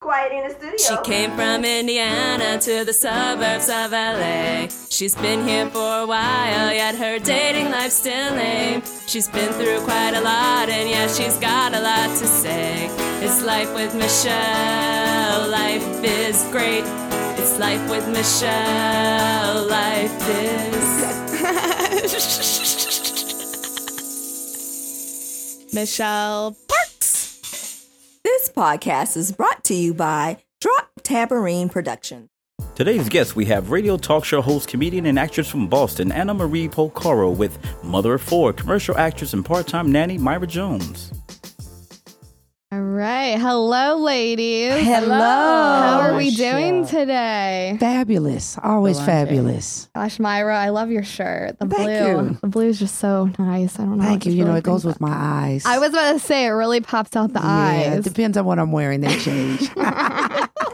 quiet in a studio. She came from Indiana to the suburbs of LA. She's been here for a while, yet her dating life's still lame. She's been through quite a lot, and yeah, she's got a lot to say. It's life with Michelle, life is great. It's life with Michelle, life is. Michelle Parks. This podcast is brought to you by Drop Tabarine Productions. Today's guest, we have radio talk show host, comedian, and actress from Boston, Anna Marie Polcaro, with mother of four, commercial actress, and part time nanny, Myra Jones. All right. Hello, ladies. Hello. How are we Michelle. doing today? Fabulous. Always fabulous. Gosh, Myra, I love your shirt. The Thank blue. you. The blue is just so nice. I don't know. Thank you. just You know, really it goes brings with my eyes. I was about to say it really pops out the Yeah, it eyes. depends on what I'm wearing. They change.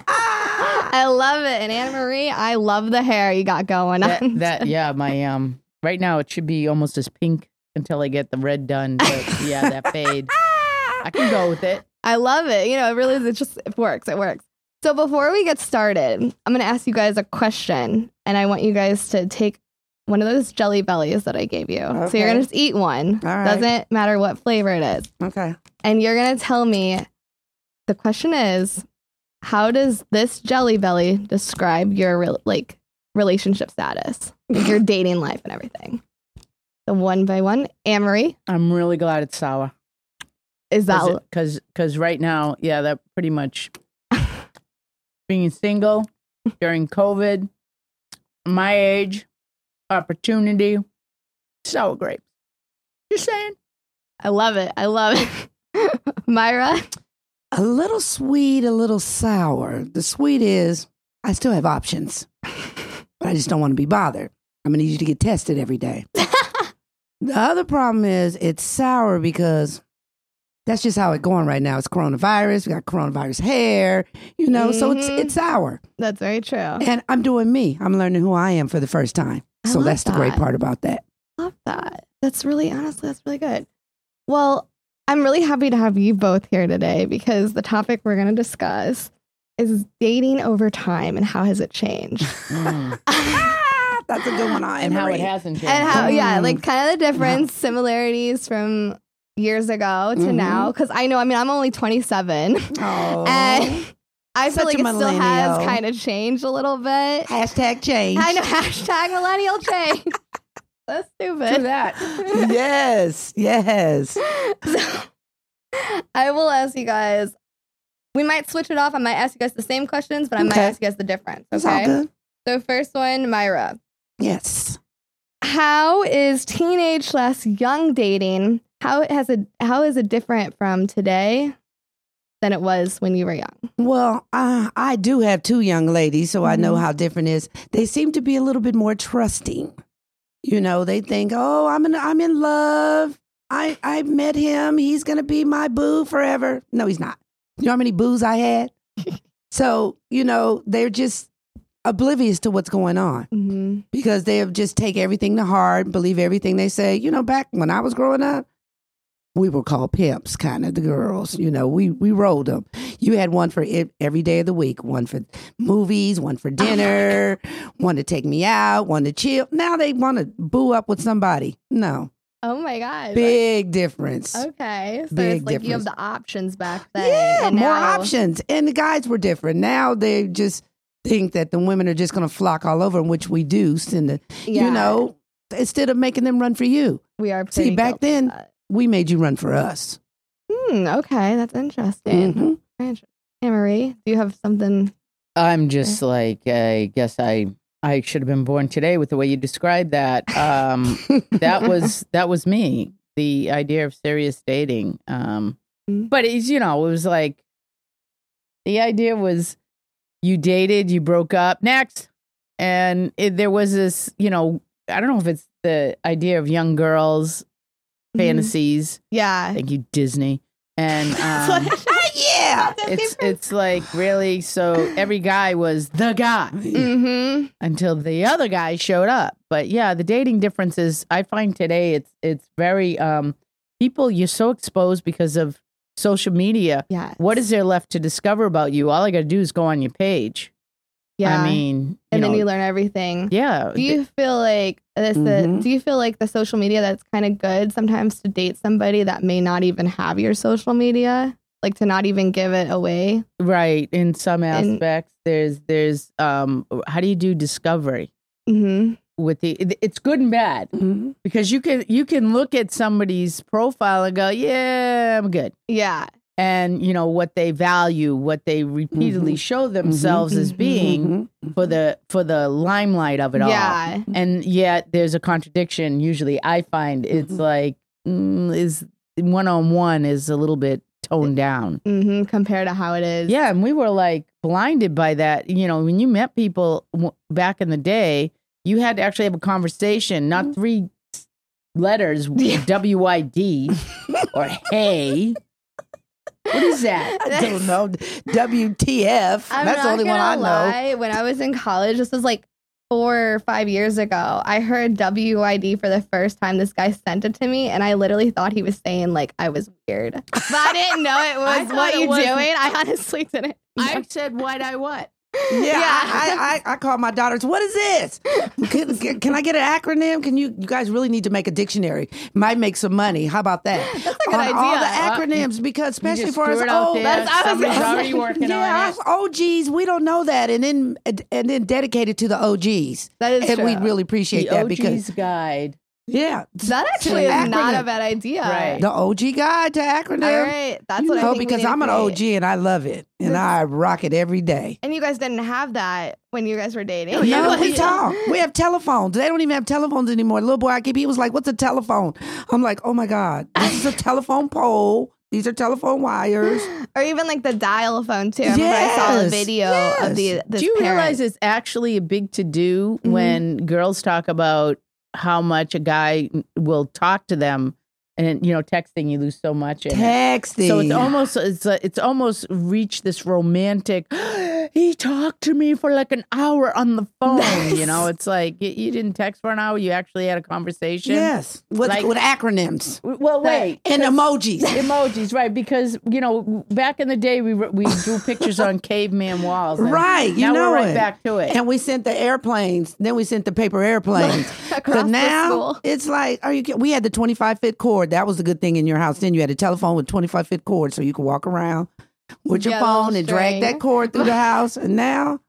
I love it. And Anna Marie, I love the hair you got going on. that, that yeah my um right now it should be almost as pink until i get the red done but yeah that fade i can go with it I love it. You know, it really is. It just it works. It works. So before we get started, I'm going to ask you guys a question, and I want you guys to take one of those jelly bellies that I gave you. So you're Okay. going to just eat one. All right. Doesn't matter what flavor it is. okay. And you're going to tell me the question is how does this jelly belly describe your re- like relationship status, like your dating life and everything? The one by one, Amory, i'm really glad it's sour is that because because right now yeah that pretty much being single during covid my age opportunity sour grapes just saying I love it. I love it. Myra, A little sweet, a little sour. The sweet is I still have options, but I just don't want to be bothered. I'm going to need you to get tested every day. the other problem is it's sour because that's just how it's going right now. It's coronavirus. We got coronavirus hair, you know, so it's Mhm. it's sour. that's very true. And I'm doing me. I'm learning who I am for the first time. I So love that's the great that. part about that. love that. That's really honestly, that's really good. Well, I'm really happy to have you both here today because the topic we're going to discuss is dating over time and how has it changed? Mm. Ah, That's a good one. I and how it hasn't changed and how, yeah, Mm. like kind of the difference, similarities from years ago to Mhm. now. Because I know, I mean, I'm only 27 Oh. and I Such feel like a it still has millennial. kind of changed a little bit. Hashtag change. I know, hashtag millennial change. That's stupid. do that yes. Yes. so I will ask you guys. We might switch it off. I might ask you guys the same questions, but I might Okay. ask you guys the difference. It's all Okay. good. So first one, Myra. Yes. How is teenage slash young dating? How it has a how is it different from today than it was when you were young? Well, I, I do have two young ladies, so I know how different it is. They seem to be a little bit more trusting. You know, they think, "Oh, I'm in, I'm in love. I I met him. He's gonna be my boo forever." No, he's not. You know how many boos I had. so you know, they're just oblivious to what's going on. Mm-hmm. because they have just take everything to heart, believe everything they say. You know, back when I was growing up, we were called pimps, kind of the girls. You know, we we rolled them. You had one for ev- every day of the week, one for movies, one Oh for dinner, one to take me out, one to chill. Now they want to boo up with somebody. No, Oh my gosh. big difference. okay. So big it's like you have difference. the options back then. Yeah, and more now- options. And the guys were different. Now they just think that the women are just going to flock all over, 'em, which we do. Send the Yeah, you know, instead of making them run for you, we are See, pretty back guilty of then- that. we made you run for us. Hmm, okay, that's interesting. Mm-hmm. Mhm. Very interesting. Anne Marie, do you have something? I'm just like I guess I I should have been born today with the way you described that. Mm-hmm. Um, that was that was me. The idea of serious dating. Um, Mm. but it's you know it was like the idea was you dated, you broke up, next, and it, there was this you know I don't know if it's the idea of young girls fantasies. Mm-hmm. Yeah. Thank you Disney. And um, Ah, yeah. it's it's like really so every guy was the guy mm-hmm. until the other guy showed up but yeah the dating differences i find today it's it's very um people you're so exposed because of social media, Yeah. what is there left to discover about you? All I got to do is go on your page. Yeah. I mean, you and know, then you learn everything. yeah. Mm-hmm. Do you feel like this? Mhm. The, do you feel like the social media that's kind of good sometimes to date somebody that may not even have your social media, like to not even give it away? right. In some And- aspects, there's, there's, um, how do you do discovery? Mm-hmm. With the, it- it's good and bad Mhm. because you can, you can look at somebody's profile and go, yeah, I'm good. Yeah. and you know what they value what they Mm-hmm. repeatedly Mhm. show themselves as Mm-hmm. Mhm. being Mhm. for the for the limelight of it all yeah. and yet there's a contradiction usually i find it's Mm-hmm. Mhm. like mm, is one-on-one is a little bit toned down Mm-hmm. Compared to how it is. yeah and we were like blinded by that you know when you met people w- back in the day you had to actually have a conversation not Mm-hmm. Mhm. three letters w-i-d or hey what is that I don't know. WTF. I'm That's the not only one gonna I know. lie, When I was in college, this was like four or five years ago, I heard WID for the first time. This guy sent it to me, and I literally thought he was saying like I was weird, but I didn't know it was thought what it you was- doing. I honestly didn't. I said, "Why'd I what?" Yeah, Yeah. I, I, I, I call my daughters. What is this? Can, can- can I get an acronym? Can you you guys really need to make a dictionary? Might make some money. How about that? That's a good on All the idea. acronyms because especially just for threw us it out old. there. that's- I was Somebody's gonna already say, working yeah, on us it. OGs. We don't know that, and then and then dedicated to the OGs, That is and true. we really appreciate The that OG's because guide. yeah, that actually is Acronym. not a bad idea. Right. the OG guide to acronym. All right, that's You what I know, think we because need to I'm an create. OG and I love it, and I rock it every day. And you guys didn't have that when you guys were dating. No, It we was- talk. We have telephones. They don't even have telephones anymore. Little boy, I keep. He was like, "What's a telephone?" I'm like, "Oh my god, this is a telephone pole. These are telephone wires." or even like the dial phone too. I remember I saw a Yes, video of the. yes. This do you parent. realize it's actually a big to do Mhm. when girls talk about how much a guy will talk to them, and you know, texting you lose so much. in it. Texting. So it's almost it's a, it's almost reached this romantic. he talked to me for like an hour on the phone. You know, it's like you, you didn't text for an hour. You actually had a conversation. yes with Like- with acronyms Well, wait. and emojis. emojis, right? Because you know, back in the day, we we drew pictures on caveman walls. and Right, you now know we're right it. back to it. And we sent the airplanes. Then we sent the paper airplanes. across but the now school. it's like, are you? ki- We had the twenty five foot cord. That was the good thing in your house. Then you had a telephone with twenty five foot cord, so you could walk around with your Yeah, the little phone and drag that string. cord through the house. And now,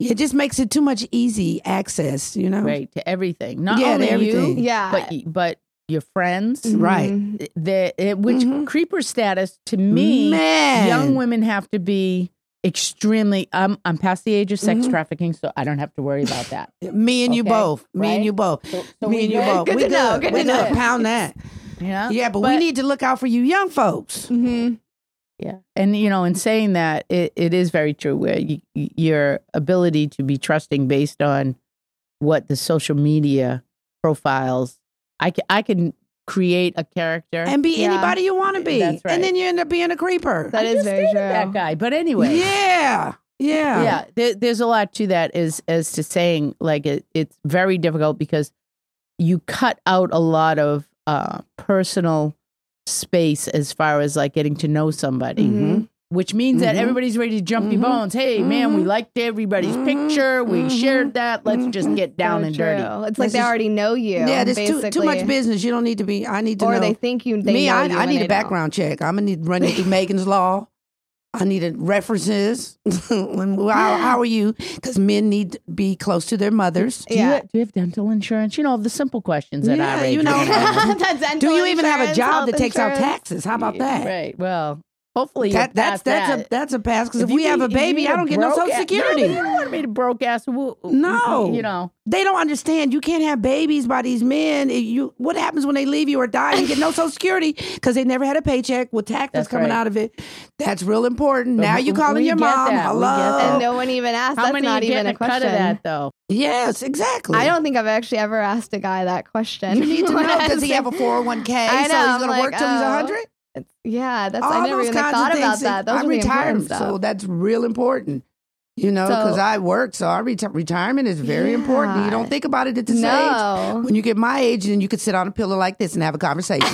it just makes it too much easy access. You know, right to everything, not Yeah, to only everything. you, Yeah. but but your friends. Right. Mhm. The it, which Mhm. creeper status to me, Man. young women have to be extremely. I'm I'm past the age of sex Mhm. trafficking, so I don't have to worry about that. Me and you Okay, both. Me and right? you both. So, so me we and you good? both. Good we to know, good we to know. Pound that. Yeah. Yeah, but, we need to look out for you young folks. Mhm. Yeah. And, you know, in saying that, it, it is very true where you, your ability to be trusting based on what the social media profiles, I can, I can create a character. And be Yeah. anybody you want to be. That's right. And then you end up being a creeper. That I is just very dated true. That guy. But anyway. Yeah. Yeah. Yeah, there, there's a lot to that as as to saying like it, it's very difficult because you cut out a lot of uh, personal space as far as like getting to know somebody. Mhm. which means that Mhm. everybody's ready to jump your Mhm. bones. Hey, man, we liked everybody's Mhm. picture. We Mhm. shared that. Let's just Mhm. get down So and true. dirty. It's like This they is- already know you. Yeah, there's too, basically. too much business. You don't need to be. I need to Or know. they think you. They Me, know I, you I and need they a background check. I'm gonna need to run it through Megan's Law. I need a references. When- how, how are you? Because men need to be close to their mothers. Do, you, Yeah. do you have dental insurance? You know, the simple questions that Yeah, I you know. Don't. The dental Do you even have a insurance, job health that takes out insurance. taxes? How about that? Right. Well, hopefully you That, that's pass that. that's a that's a pass. Because if, you we have be- a if you baby, need I a don't get no broke social ass- security. No, you don't want me to broke ass. woo- No. You know. They don't understand. You can't have babies by these men. If You what happens when they leave you or die and get no social security because they never had a paycheck with taxes That's coming right. out of it. That's real important. So now we- you calling we your get mom. that. We get Hello. that. And no one even asked. How That's many not are even getting a cut question. of that though? yes, exactly. I don't think I've actually ever asked a guy that question. You need to When know. I Does he said- have a four hundred one k? So I he's know, going I'm to like, work till he's oh, hundred. Yeah, that's. All I never those even kinds thought of things. about that. Those I'm are the important retired, stuff. so that's real important. You know, because So- I work, so our reti- retirement is very important. You don't Yeah. think about it at this age. No. When you get my age, then you could sit on a pillow like this and have a conversation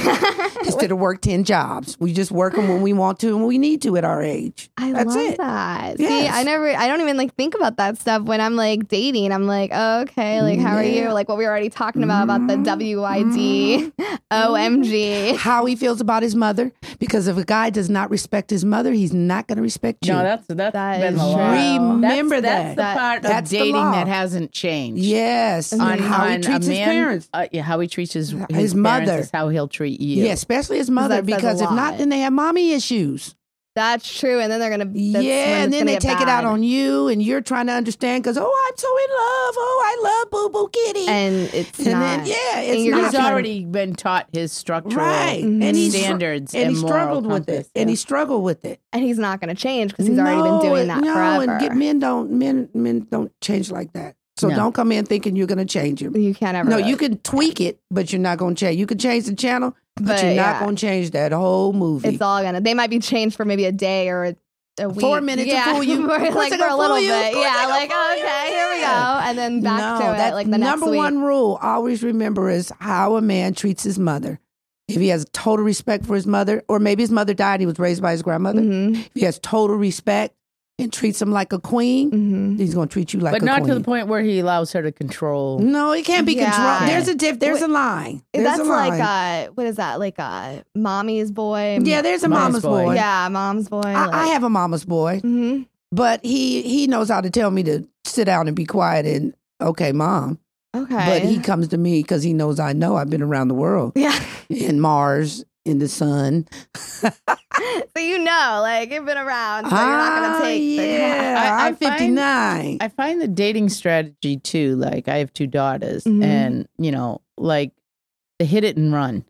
instead of work ten jobs. We just work them when we want to and when we need to at our age. I That's love it. that. See, Yes. I never, I don't even like think about that stuff when I'm like dating. I'm like, oh, okay, like how are Yeah. you? Like what we were already talking about about the Mhm. WID, Mm-hmm. OMG. How he feels about his mother, because if a guy does not respect his mother, he's not going to respect you. No, that's that's That been is the law. true. Remember that's, that's that. the part That's of the dating law. that hasn't changed. yes, on, and how he on treats his a man, parents. Uh, yeah, how he treats his, his, His parents mother. is how he'll treat you. Yeah, especially his mother, that says a because if not, lot. then they have mommy issues. That's true. And then they're gonna, that's yeah, when and it's then gonna they get take it out bad. on you, and you're trying to understand because oh, I'm so in love. Oh, I love Boo Boo Kitty, and it's And not. then yeah, it's you're not He's just gonna- already been taught his structural right, Mhm. and he's standards and, and, he struggled moral with it, compass. and he struggled with it and he's not gonna change because he's already been No, doing it- that no, forever. and get, men don't men men don't change like that. So No. don't come in thinking you're going to change him. you can't ever. No, really- you can tweak it, but you're not going to change. You can change the channel, but, But, you're not yeah. going to change that whole movie. It's all gonna. They might be changed for maybe a day or a, a week. Four minutes to yeah, fool you. for, Of course like they for gonna a little fool you. Of bit. course they Yeah, gonna like fool you. okay, here we go, Yeah. and then back to it that's like the next number week. one rule. Always remember is how a man treats his mother. If he has total respect for his mother, or maybe his mother died, he was raised by his grandmother. Mhm, If he has total respect and treats him like a queen, mhm. he's going to treat you like but a not queen. to the point where he allows her to control. No, it can't be Yeah. controlled. There's a diff. There's a line. There's That's a line. like uh what is that? Like uh mommy's boy. yeah, there's a mama's Mama's boy. boy. yeah, mom's boy. like, I, I have a mama's boy, mhm. but he he knows how to tell me to sit down and be quiet and okay, mom. Okay, But he comes to me because he knows I know I've been around the world yeah. in Mars in the sun. so you know, like you've been around, so you're not Ah, gonna take. yeah, I- I I'm 59. I find the dating strategy too. Like I have two daughters, Mhm. and you know, like they hit it and run.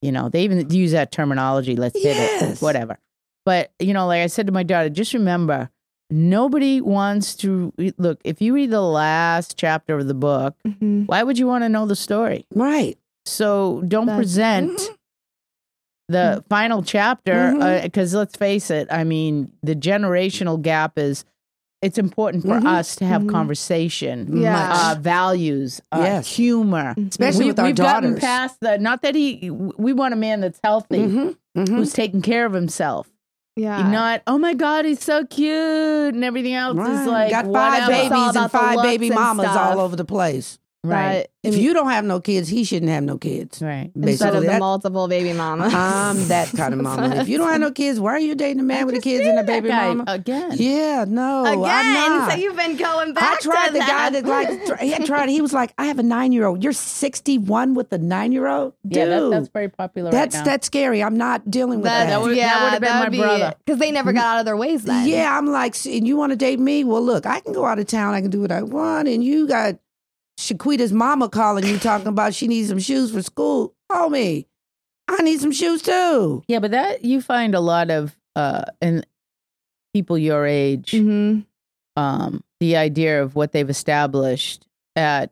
You know, they even use that terminology. Let's hit Yes. it, whatever. But you know, like I said to my daughter, just remember, nobody wants to look. If you read the last chapter of the book, The, Mhm. why would you want to know the story? right. So don't That's- present Mhm. Mm. the final chapter Mhm. because let's face it. I mean, the generational gap is. It's important for Mhm. us to have Mhm. conversation, Yeah. uh, values, uh, Yes. humor. Especially we, with our we've gotten daughters. past the not that he. We want a man that's healthy, Mhm, mhm. who's taking care of himself. yeah. Not oh my god, he's so cute, and everything else Right. is like Got whatever. It's five all babies and about the five looks baby and mamas stuff. all over the place. right, But If you don't have no kids, he shouldn't have no kids. right. instead of Basically, the that- multiple baby mamas. I'm that kind of mama. And if you don't have no kids, why are you dating a man with Just kids and a that baby guy mama? again. Yeah, no, Oh, I'm Again, not. so you've been going I back. tried to the guy that. that like tr- he tried. He was like, I have a nine year old. You're sixty one with a nine year old, dude. yeah, that, that's very popular. that's right now. that's scary. I'm not dealing with That- that. that would- would've been my brother. because they never got out of their ways then. yeah, I'm like, "S- and you want to date me? Well, look, I can go out of town. I can do what I want. And you got Shaquita's mama calling you talking about she needs some shoes for school. Homie, I need some shoes too. yeah, but that you find a lot of uh in people your age. hmm Mm-hmm. um, the idea of what they've established at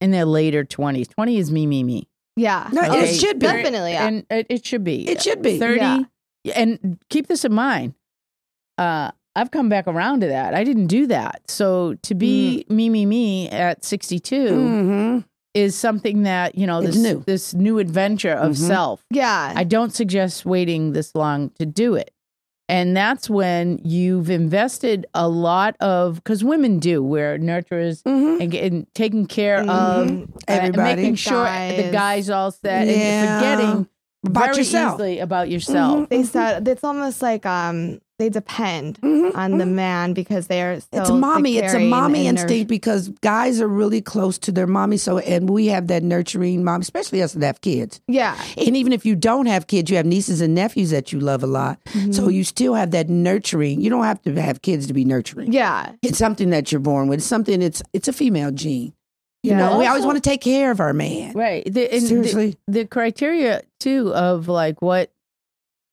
in their later 20s 20 is me me me yeah, No, Okay. it should be. definitely. Yeah. and uh, it, it should be It should be. 30 Yeah. and keep this in mind uh, i've come back around to that i didn't do that so to be Mm. me me me at 62 Mhm. is something that you know It's this new. this new adventure of Mhm. self yeah, I don't suggest waiting this long to do it. And that's when you've invested a lot of, because women do, we're nurturers Mhm. and, and taking care of Mhm. uh, Mm-hmm. Everybody. making sure the Guys. guys all set Yeah. and forgetting About very yourself. Mm-hmm. easily about yourself. they said it's almost like um they depend Mhm. on the man because they are. So It's mommy. It's a caring mommy and instinct because guys are really close to their mommy. So, and we have that nurturing mom, especially us that have kids. nurtu- Yeah, And even if you don't have kids, you have nieces and nephews that you love a lot. Mm-hmm. So you still have that nurturing. You don't have to have kids to be nurturing. yeah, It's something that you're born with. It's something. It's it's a female gene. You Yeah. know, we always Also- want to take care of our man. Right. The, and the- Seriously. The, criteria, too, of like what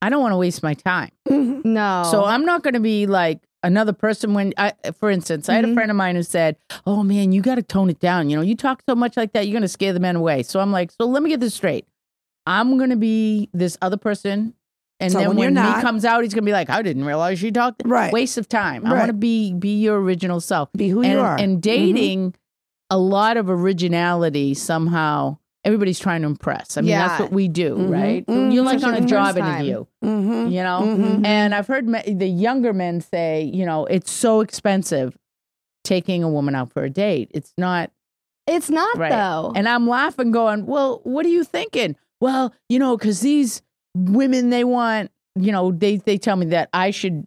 I don't want to waste my time. Mhm. no. So I'm not going to be like another person when I for instance, I had a Mm-hmm. Mhm. friend of mine who said, "Oh man, you got to tone it down. You know, you talk so much like that, you're going to scare the men away." So I'm like, "So let me get this straight. I'm going to be this other person And So then when when, you're he not- comes out, he's gonna be like, "I didn't realize she talked." Right. Waste of time. I Right. want to be be your original self. Be who and, you are. Mm-hmm. and dating a lot of originality somehow. Everybody's trying to impress. I mean, that's Yeah. what we do, Mhm. right? Mhm. You're like on a Especially job the first interview, Mm-hmm. you know. Mhm. And I've heard me- the younger men say, you know, it's so expensive taking a woman out for a date. It's not It's not Right. though. and I'm laughing, going, "Well, what are you thinking?" Well, you know, because these women, they want, you know, they they tell me that I should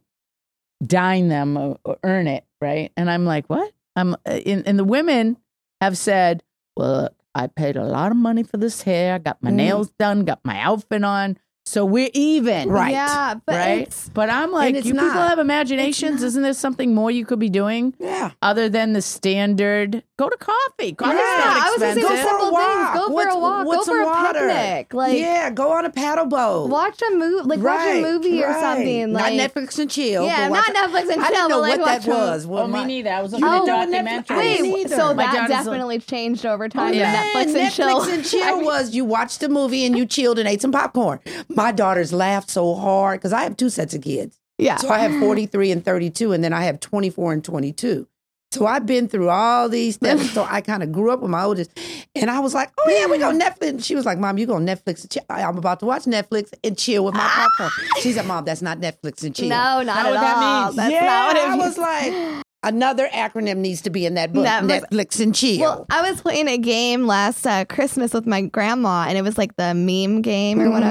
dine them or, or earn it, right? And I'm like, "What?" I'm uh, and, and the women have said, "Well, look, I paid a lot of money for this hair. I got my Mm. nails done, got my outfit on, so we're even." Right. Yeah, but Right, it's- but I'm like, it's you people not. have imaginations. Isn't there something more you could be doing Yeah. other than the standard? Go to coffee. Coffee's Yeah, not I was gonna say expensive. the Go for a simple things. walk. Go for What's- a walk. what's Go for a water? picnic. Like yeah, go on a paddle boat. watch a movie. Like watch Right, a movie or right. something. Like not Netflix and chill. Yeah, but not watch- Netflix and I chill, didn't know but, like, what that watch a- was. What Oh, me my- neither. I was You on didn't a know what Oh, Netflix- documentary. I didn't Wait, either. so My that dad is a- definitely changed over time. yeah. Yeah. Netflix and chill. Oh, Netflix and chill was you watched the movie and you chilled and ate some popcorn. My daughters laughed so hard because I have two sets of kids. yeah. So I have 43 and 32, and then I have 24 and 22. So I've been through all these steps. so I kind of grew up with my oldest. And I was like, oh, yeah, we go Netflix. And She was like, Mom, you go Netflix and chill. I- I'm about to watch Netflix and chill with my popcorn. She said, Mom, that's not Netflix and chill. No, not what at that all. means. That's yeah, not what it I means. was like, another acronym needs to be in that book Netflix- Netflix and chill. Well, I was playing a game last uh, Christmas with my grandma, and it was like the meme game or Mhm. whatever.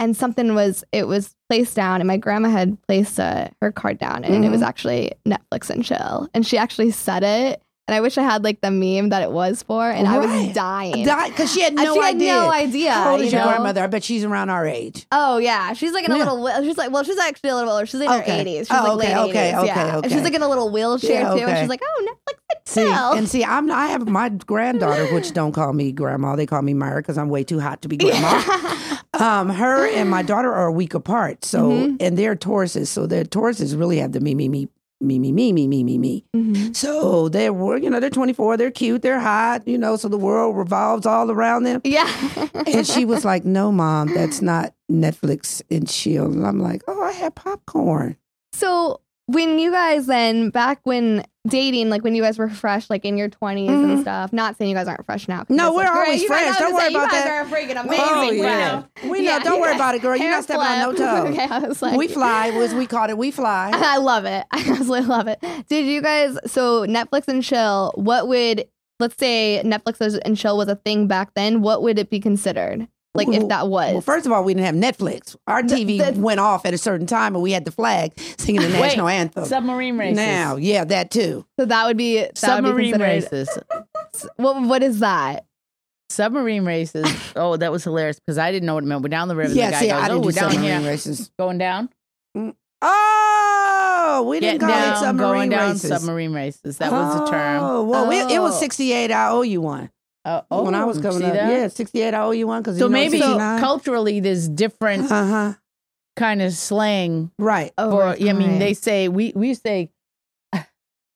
And something was it was placed down, and my grandma had placed uh, her card down, and Mm-hmm. it was actually Netflix and chill. And she actually said it, and I wish I had like the meme that it was for, and I was Right. dying. because she had I- no she had idea. no idea, How old is you your know? grandmother? I bet she's around our age. Oh yeah, she's like in a Yeah. little. wheel- She's like, well, she's actually a little older. She's in her Okay. eighties. She's Oh, like okay, late okay, 80s, okay, yeah. And she's okay. like in a little wheelchair Yeah, too, and okay. she's like, oh, Netflix and See, chill. and see, I'm I have my granddaughter, which don't call me grandma, they call me Myra because I'm way too hot to be grandma. um, her and my daughter are a week apart, so and they're Tauruses, so their Tauruses really have the me me me me me me me me me me. So they were, you know, they're 24, they're cute, they're hot, you know, so the world revolves all around them. yeah. And she was like, "No, mom, that's not Netflix and chill." And I'm like, "Oh, I had popcorn." So when you guys then back when dating, like when you guys were fresh, like in your 20s and Mhm. stuff. Not saying you guys aren't fresh now. 'cause that's, No, like, we're great. always You guys- I fresh. was Don't gonna worry say, about You guys that. are freaking amazing. Oh wow. yeah, we know. Yeah, Don't you worry guys- about it, girl. You're Hair not stepping on no flip. toes. okay, I was like, we fly, was we caught it. We fly. I love it. I absolutely love it. Did you guys? So Netflix and chill. What would let's say Netflix and chill was a thing back then? What would it be considered? Like if that was Well, first of all, we didn't have Netflix. Our TV went off at a certain time, and we had the flag singing the national anthem. Submarine races. Now, yeah, that too. so that would be that submarine would be considered. races. What what is that? Submarine races. Oh, that was hilarious because I didn't know what it meant. We're down the river. yeah, the guy see, goes, I oh, didn't we're do down submarine here. races. Going down. Oh, we didn't Get call down. it submarine going down. races. Submarine races. That was the term. Oh, well, it- it was Oh. 68 I owe you one. Uh, oh, when I was coming see up. that? Yeah, 68 I owe you one because So you know, maybe 69. culturally, there's different uh-huh. kind of slang. Right. Or I mean, time. they say we we say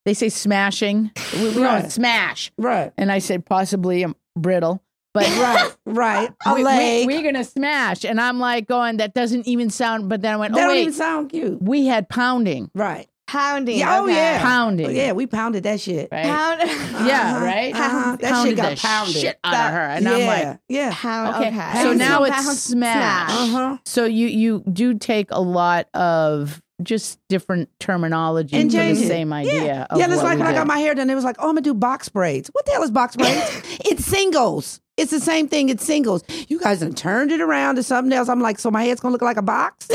they say smashing. We, we Right. don't smash. Right. And I said possibly I'm brittle, but Right. Right. A we, oh, leg. are gonna smash. And I'm like going, that doesn't even sound. But then I went, that oh don't wait, even sound cute. we had pounding, Right. pounding. Yeah, oh, okay. yeah. pounding, Yeah, we pounded that shit. right? Pound. yeah, Uh-huh, right. uh-huh. That shit Pounded got the pounded. shit out That- of her, and yeah. I'm like, yeah. Pound. okay. Okay. So Pound, now it's Pound, smash. Uh-huh. So you you do take a lot of just different terminology And for the change it. same idea. of yeah, that's what like we when I do. got my hair done, it was like, oh, I'm gonna do box braids. What the hell is box braids? it's singles. It's the same thing. It's singles. You guys done turned it around to something else. I'm like, so my head's gonna look like a box.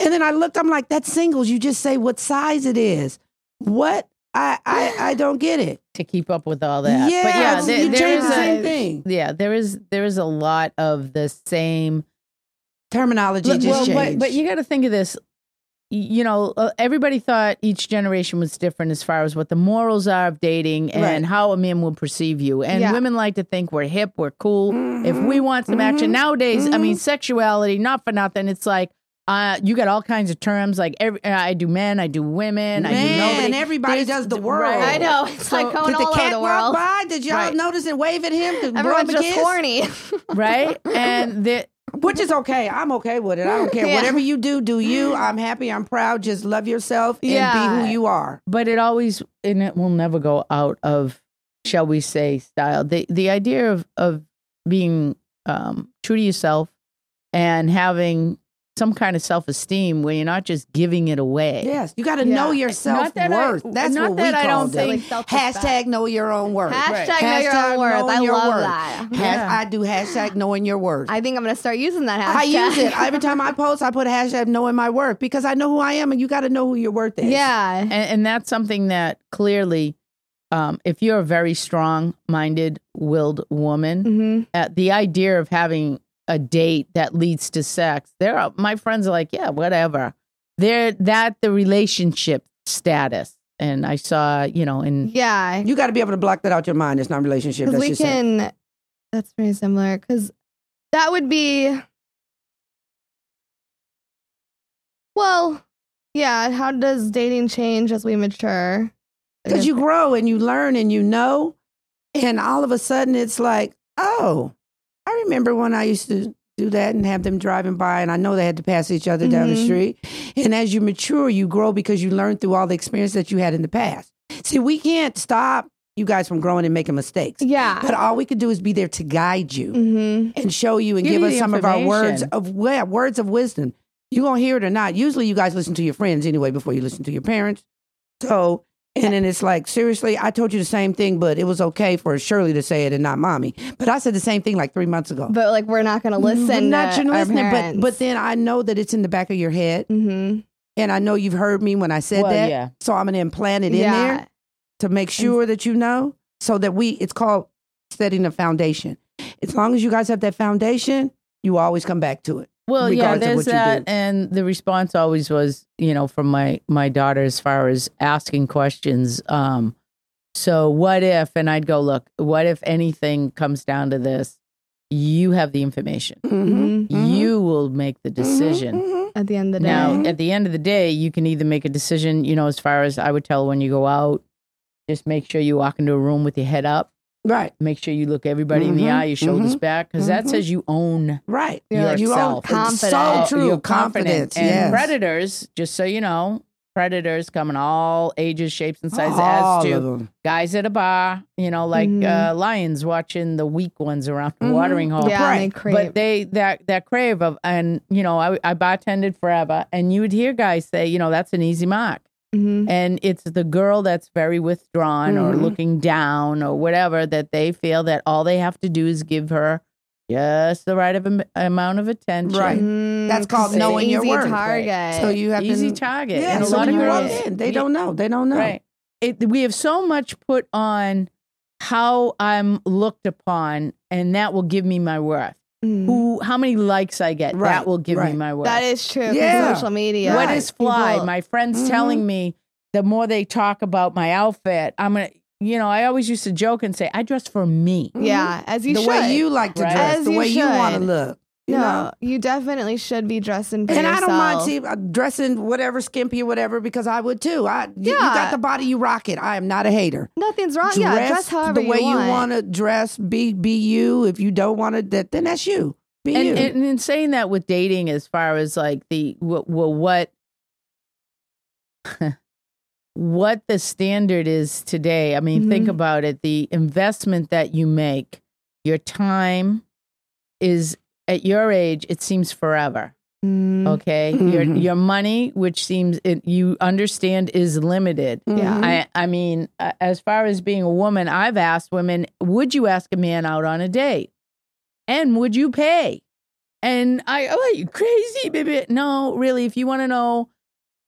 and then I looked. I'm like, that's singles. You just say what size it is. What? I I, I don't get it. to keep up with all that. Yeah, but yeah, it's- there- you there change is the a, same thing. yeah, there is there is a lot of the same. Terminology Look, just well, but, changed. but you got to think of this. Y- You know, uh, everybody thought each generation was different as far as what the morals are of dating and Right. how a man will perceive you. And Yeah. women like to think we're hip, we're cool. If we want some action Mhm. nowadays, I mean, sexuality, not for nothing. It's like uh, you got all kinds of terms. Like every, uh, I do men, I do women, I do Man, nobody. everybody There's- does the world. Right. I know. It's So- like going Did the all over cat the walk world. by? Did y'all Right. notice and wave at him? Did Everyone's Robin just kiss? horny. right? and the which is okay. I'm okay with it. I don't care. Yeah. Whatever you do, do you. I'm happy. I'm proud. Just love yourself and Yeah. be who you are. but it always and it will never go out of shall we say style the the idea of of being um true to yourself and having some kind of self-esteem where you're not just giving it away Yes, you got to Yeah. know your self that I- worth. That's not what that we I call don't it. think- Hashtag know your own worth. Hashtag Right. know your Hashtag own words. know I your love worth. that. Has- Yeah. I do hashtag knowing your worth. I think I'm gonna start using that hashtag. I use it every time I post. I put hashtag knowing my worth because I know who I am, and you got to know who your worth is. Yeah. and, and that's something that clearly um, if you're a very strong-minded willed woman hmm at the idea of having a date that leads to sex there are my friends are like yeah whatever they're that the relationship status and i saw you know in Yeah. you got to be able to block that out your mind. It's not relationship. Because That's we yourself. can. That's pretty similar. Because that would be. Well, yeah. How does dating change as we mature? I because guess- you grow and you learn and you know and all of a sudden it's like oh i remember when i used to do that and have them driving by and i know they had to pass each other down the Mhm. street and as you mature you grow because you learn through all the experience that you had in the past see we can't stop you guys from growing and making mistakes Yeah. but all we can do is be there to guide you Mm-hmm. and show you and give, Give you us the some of our words information. of yeah, words of wisdom. You gonna hear it or not? Usually, you guys listen to your friends anyway before you listen to your parents. So, and then it's like seriously, I told you the same thing, but it was okay for Shirley to say it and not mommy. But I said the same thing like three months ago. But like, we're not gonna listen. We're not to you our listening, but parents. but then I know that it's in the back of your head, Mhm. and I know you've heard me when I said well, that. yeah So I'm gonna implant it in yeah. there to make sure that you know so that we it's called setting a foundation as long as you guys have that foundation you always come back to it well yeah regardless of there's what you that do. and the response always was you know from my my daughter as far as asking questions um so what if and i'd go look what if anything comes down to this you have the information Mhm. Mhm. you will make the decision Mhm. At the end of the day. Now, at the end of the day, you can either make a decision, you know, as far as I would tell when you go out, just make sure you walk into a room with your head up. right Make sure you look everybody in the Mhm, eye, your shoulders mhm, back, because that mhm. says you own right yourself. you all it's so confident. true You're confidence And yes. predators, just so you know, predators come in all ages, shapes, and sizes. All as of to them. Mm-hmm. guys at a bar, you know, like Mhm. uh, lions watching the weak ones around the Mhm. watering hole. yeah, and they Right. crave. But they that that crave of and you know I I bartended forever and you would hear guys say you know that's an easy mark Mhm. and it's the girl that's very withdrawn or Mhm. looking down or whatever that they feel that all they have to do is give her just the right of am- amount of attention Right. Mhm, That's called 'cause it's knowing an your easy worth. target. so you have easy to, target yeah and a so lot of you walk girls in they we- don't know they don't know Right. It, we have so much put on how I'm looked upon, and that will give me my worth. Mhm. Who, how many likes I get, Mm-hmm. Right, that will give right. me my worth. That is true. 'cause Yeah. Social media. What What is fly? People- my friends Mhm. telling me the more they talk about my outfit, I'm gonna. You know, I always used to joke and say I dress for me. Mhm. Yeah, as you the should. way you like to Right. dress As the you way you want to should. look you no, know you definitely should be dressing for And I yourself. don't mind see, uh, dressing whatever skimpy or whatever because I would too. I y- you Yeah. got the body, you rock it. I am not a hater. Nothing's wrong. Oh, yeah, dress however the way you want. to dress. Be be you. If you don't want to, that then that's you. Be you. And, and in saying that with dating, as far as like the well, what what the standard is today. I mean, think Mhm. about it. The investment that you make, your time, is at your age. It seems forever. Mm, Okay, your Mhm. your money, which seems it, you understand, is limited. yeah. Mhm. I, I mean, uh, as far as being a woman, I've asked women, would you ask a man out on a date? And would you pay? And I, oh, you crazy, baby. No, really, if you want to know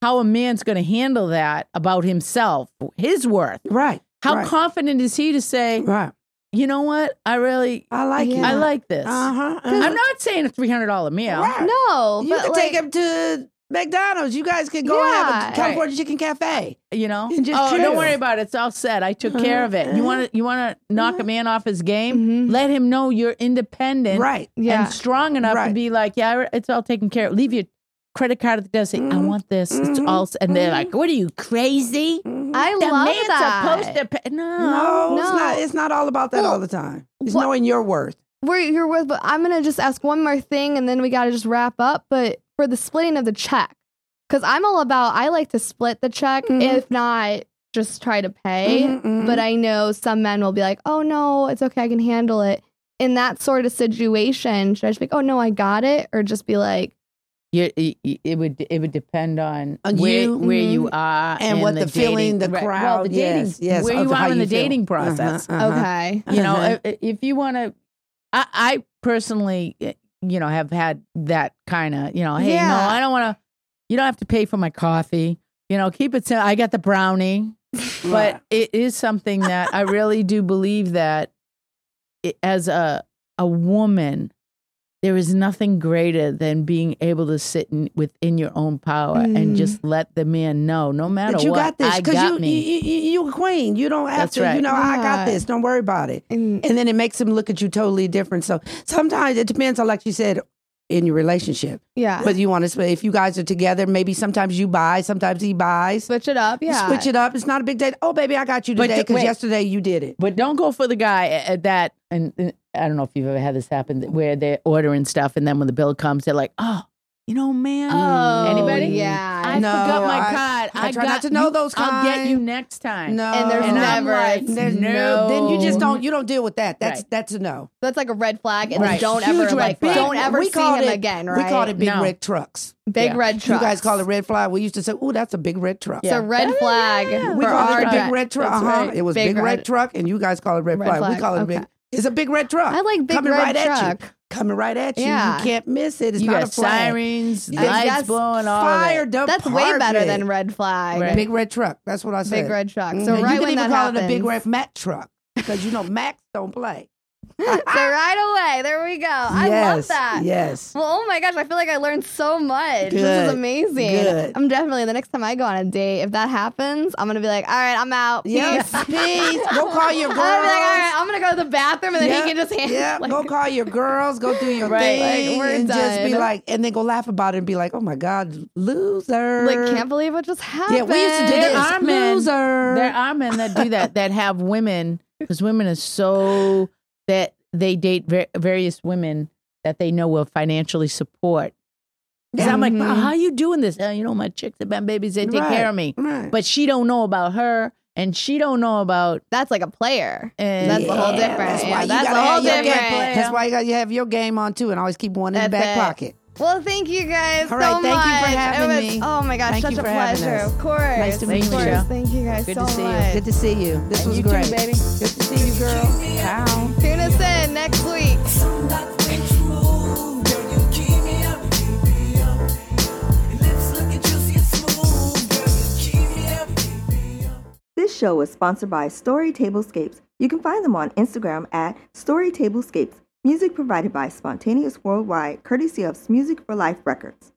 how a man's going to handle that about himself, his worth, right. how right. confident is he to say, right. you know what? I really, I like Yeah. I you. like this. Uh huh. I'm not saying a $300 meal. Right. No, You but can like, take him to McDonald's. You guys can go have Yeah. a California Chicken Cafe. you know And just oh chill. Uh-huh. don't worry about it it's all set i took care of it you want to you want to knock a man off his game Mhm. let him know you're independent Mm-hmm. Right. Yeah. and strong enough to Right. be like yeah it's all taken care of leave your credit card at the desk say i Mm-hmm. want this it's all s-" and they're like what are you crazy I the love man's that. supposed to pay. no Mm-hmm. No, it's No. not. It's not all about that Well, all the time. It's what- knowing your worth. we're you're with, but I'm gonna just ask one more thing, and then we gotta just wrap up. But for the splitting of the check, because I'm all about, I like to split the check, Mhm. if not just try to pay. Mhm, mhm. But I know some men will be like, "Oh no, it's okay, I can handle it." In that sort of situation, should I just be, like, "Oh no, I got it," or just be like, You, y- y- it would it would depend on On where you, where mhm. you are And what the dating- feeling, the right, well, crowd, the dating, yes, yes, where of you how are in you the feel. dating process. Uh-huh, uh-huh. "Okay, You know, Uh-huh. i- i- if you want to, I, I personally, eh, you know, have had that kind of, you know, hey, no, Yeah. I don't want to. You don't have to pay for my coffee. You know, keep it. sim- I got the brownie but it is something that I really do believe that it, as a a woman, there is nothing greater than being able to sit in, within your own power and Mm. just let the man know, no Mm-hmm. matter But you what, got this I got you, me. you you you a queen. You don't have That's to. right. You know, I Yeah. got this. Don't worry about it. Mm, And then it makes them look at you totally different. So sometimes it depends on, like you said, in your relationship. yeah, But you want to if you guys are together, maybe sometimes you buy, sometimes he buys. switch it up, yeah, Switch it up. It's not a big date. Oh, baby, I got you But today the- because wait. yesterday you did it. but don't go for the guy at, at that. And, and I don't know if you've ever had this happen, that- where they're ordering stuff, and then when the bill comes, they're like, "Oh, you know, man, Oh, Anybody? Yeah, I No, forgot my I- card. I try got not to know you. those I'll get you kind." next time." No, And there's And I'm never- like, there's no. Then you just don't. You don't deal with that. That's Right. that's a no. That's like a red flag, and Right. don't Huge ever red like flag. don't ever We see called him it- again. We Right? called it big No. red trucks. big Yeah. red trucks. You guys call it red flag. We used to say, "Oh, that's a big red truck." It's Yeah. a red flag We for call our it a gen- big red truck. That's Uh-huh. right. It was big, red, truck, and you guys call it red, Red flag. flag. We call it a Okay. big. It's a big red truck. I like big coming red right truck. at you. Coming right at you. Yeah. You can't miss it. It's you not got a flag. sirens, Yeah. lights That's blowing, all of it. Fire That's way better than red flag. Right. Big red truck. That's what I said. Big red truck. So Mhm. right when you can even that call happens, it a big red Mac truck because you know Macs don't play. so right away, there we go. I love yes, that. Yes. Well, oh my gosh, I feel like I learned so much. This is Good. amazing. Good. I'm definitely the next time I go on a date, if that happens, I'm gonna be like, all right, I'm out. Yes, Peace. please. Go call your I'm girls. gonna be like, all right, I'm gonna go to the bathroom, and then Yeah, he can just hand. yeah, like, go call your girls, go do your Right, like, thing, we're and just be done. like, and then go laugh about it and be like, "Oh my God, loser!" like can't believe what just happened. Mm. Yeah, we used to do There this. are men- Loser. There are men that do that that have women because women are so that they date ver- various women that they know will financially support. 'Cause I'm like, wow, Mhm. how you doing this? Oh, you know, my chicks have been babies. They take Right. care of me, Right. but she don't know about her, and she don't know about. That's like a player. And That's a whole different- That's yeah, why you that's gotta a whole have your different- Game. That's why you gotta have your game on too, and always keep one in the That's back it. pocket. Well, thank you guys All right, so thank you much. for having it was, me. Oh my gosh, Thank such you a for having pleasure. us. Of course. Nice to of meet you. course. Michelle. Thank you guys Good so to see you. much. Good to see you. This And was you too, great, baby. Good to see you, girl. Ciao. Tune us in next week. This show is sponsored by Story Tablescapes. You can find them on Instagram at Story Tablescapes. Music provided by Spontaneous Worldwide, courtesy of Music for Life Records.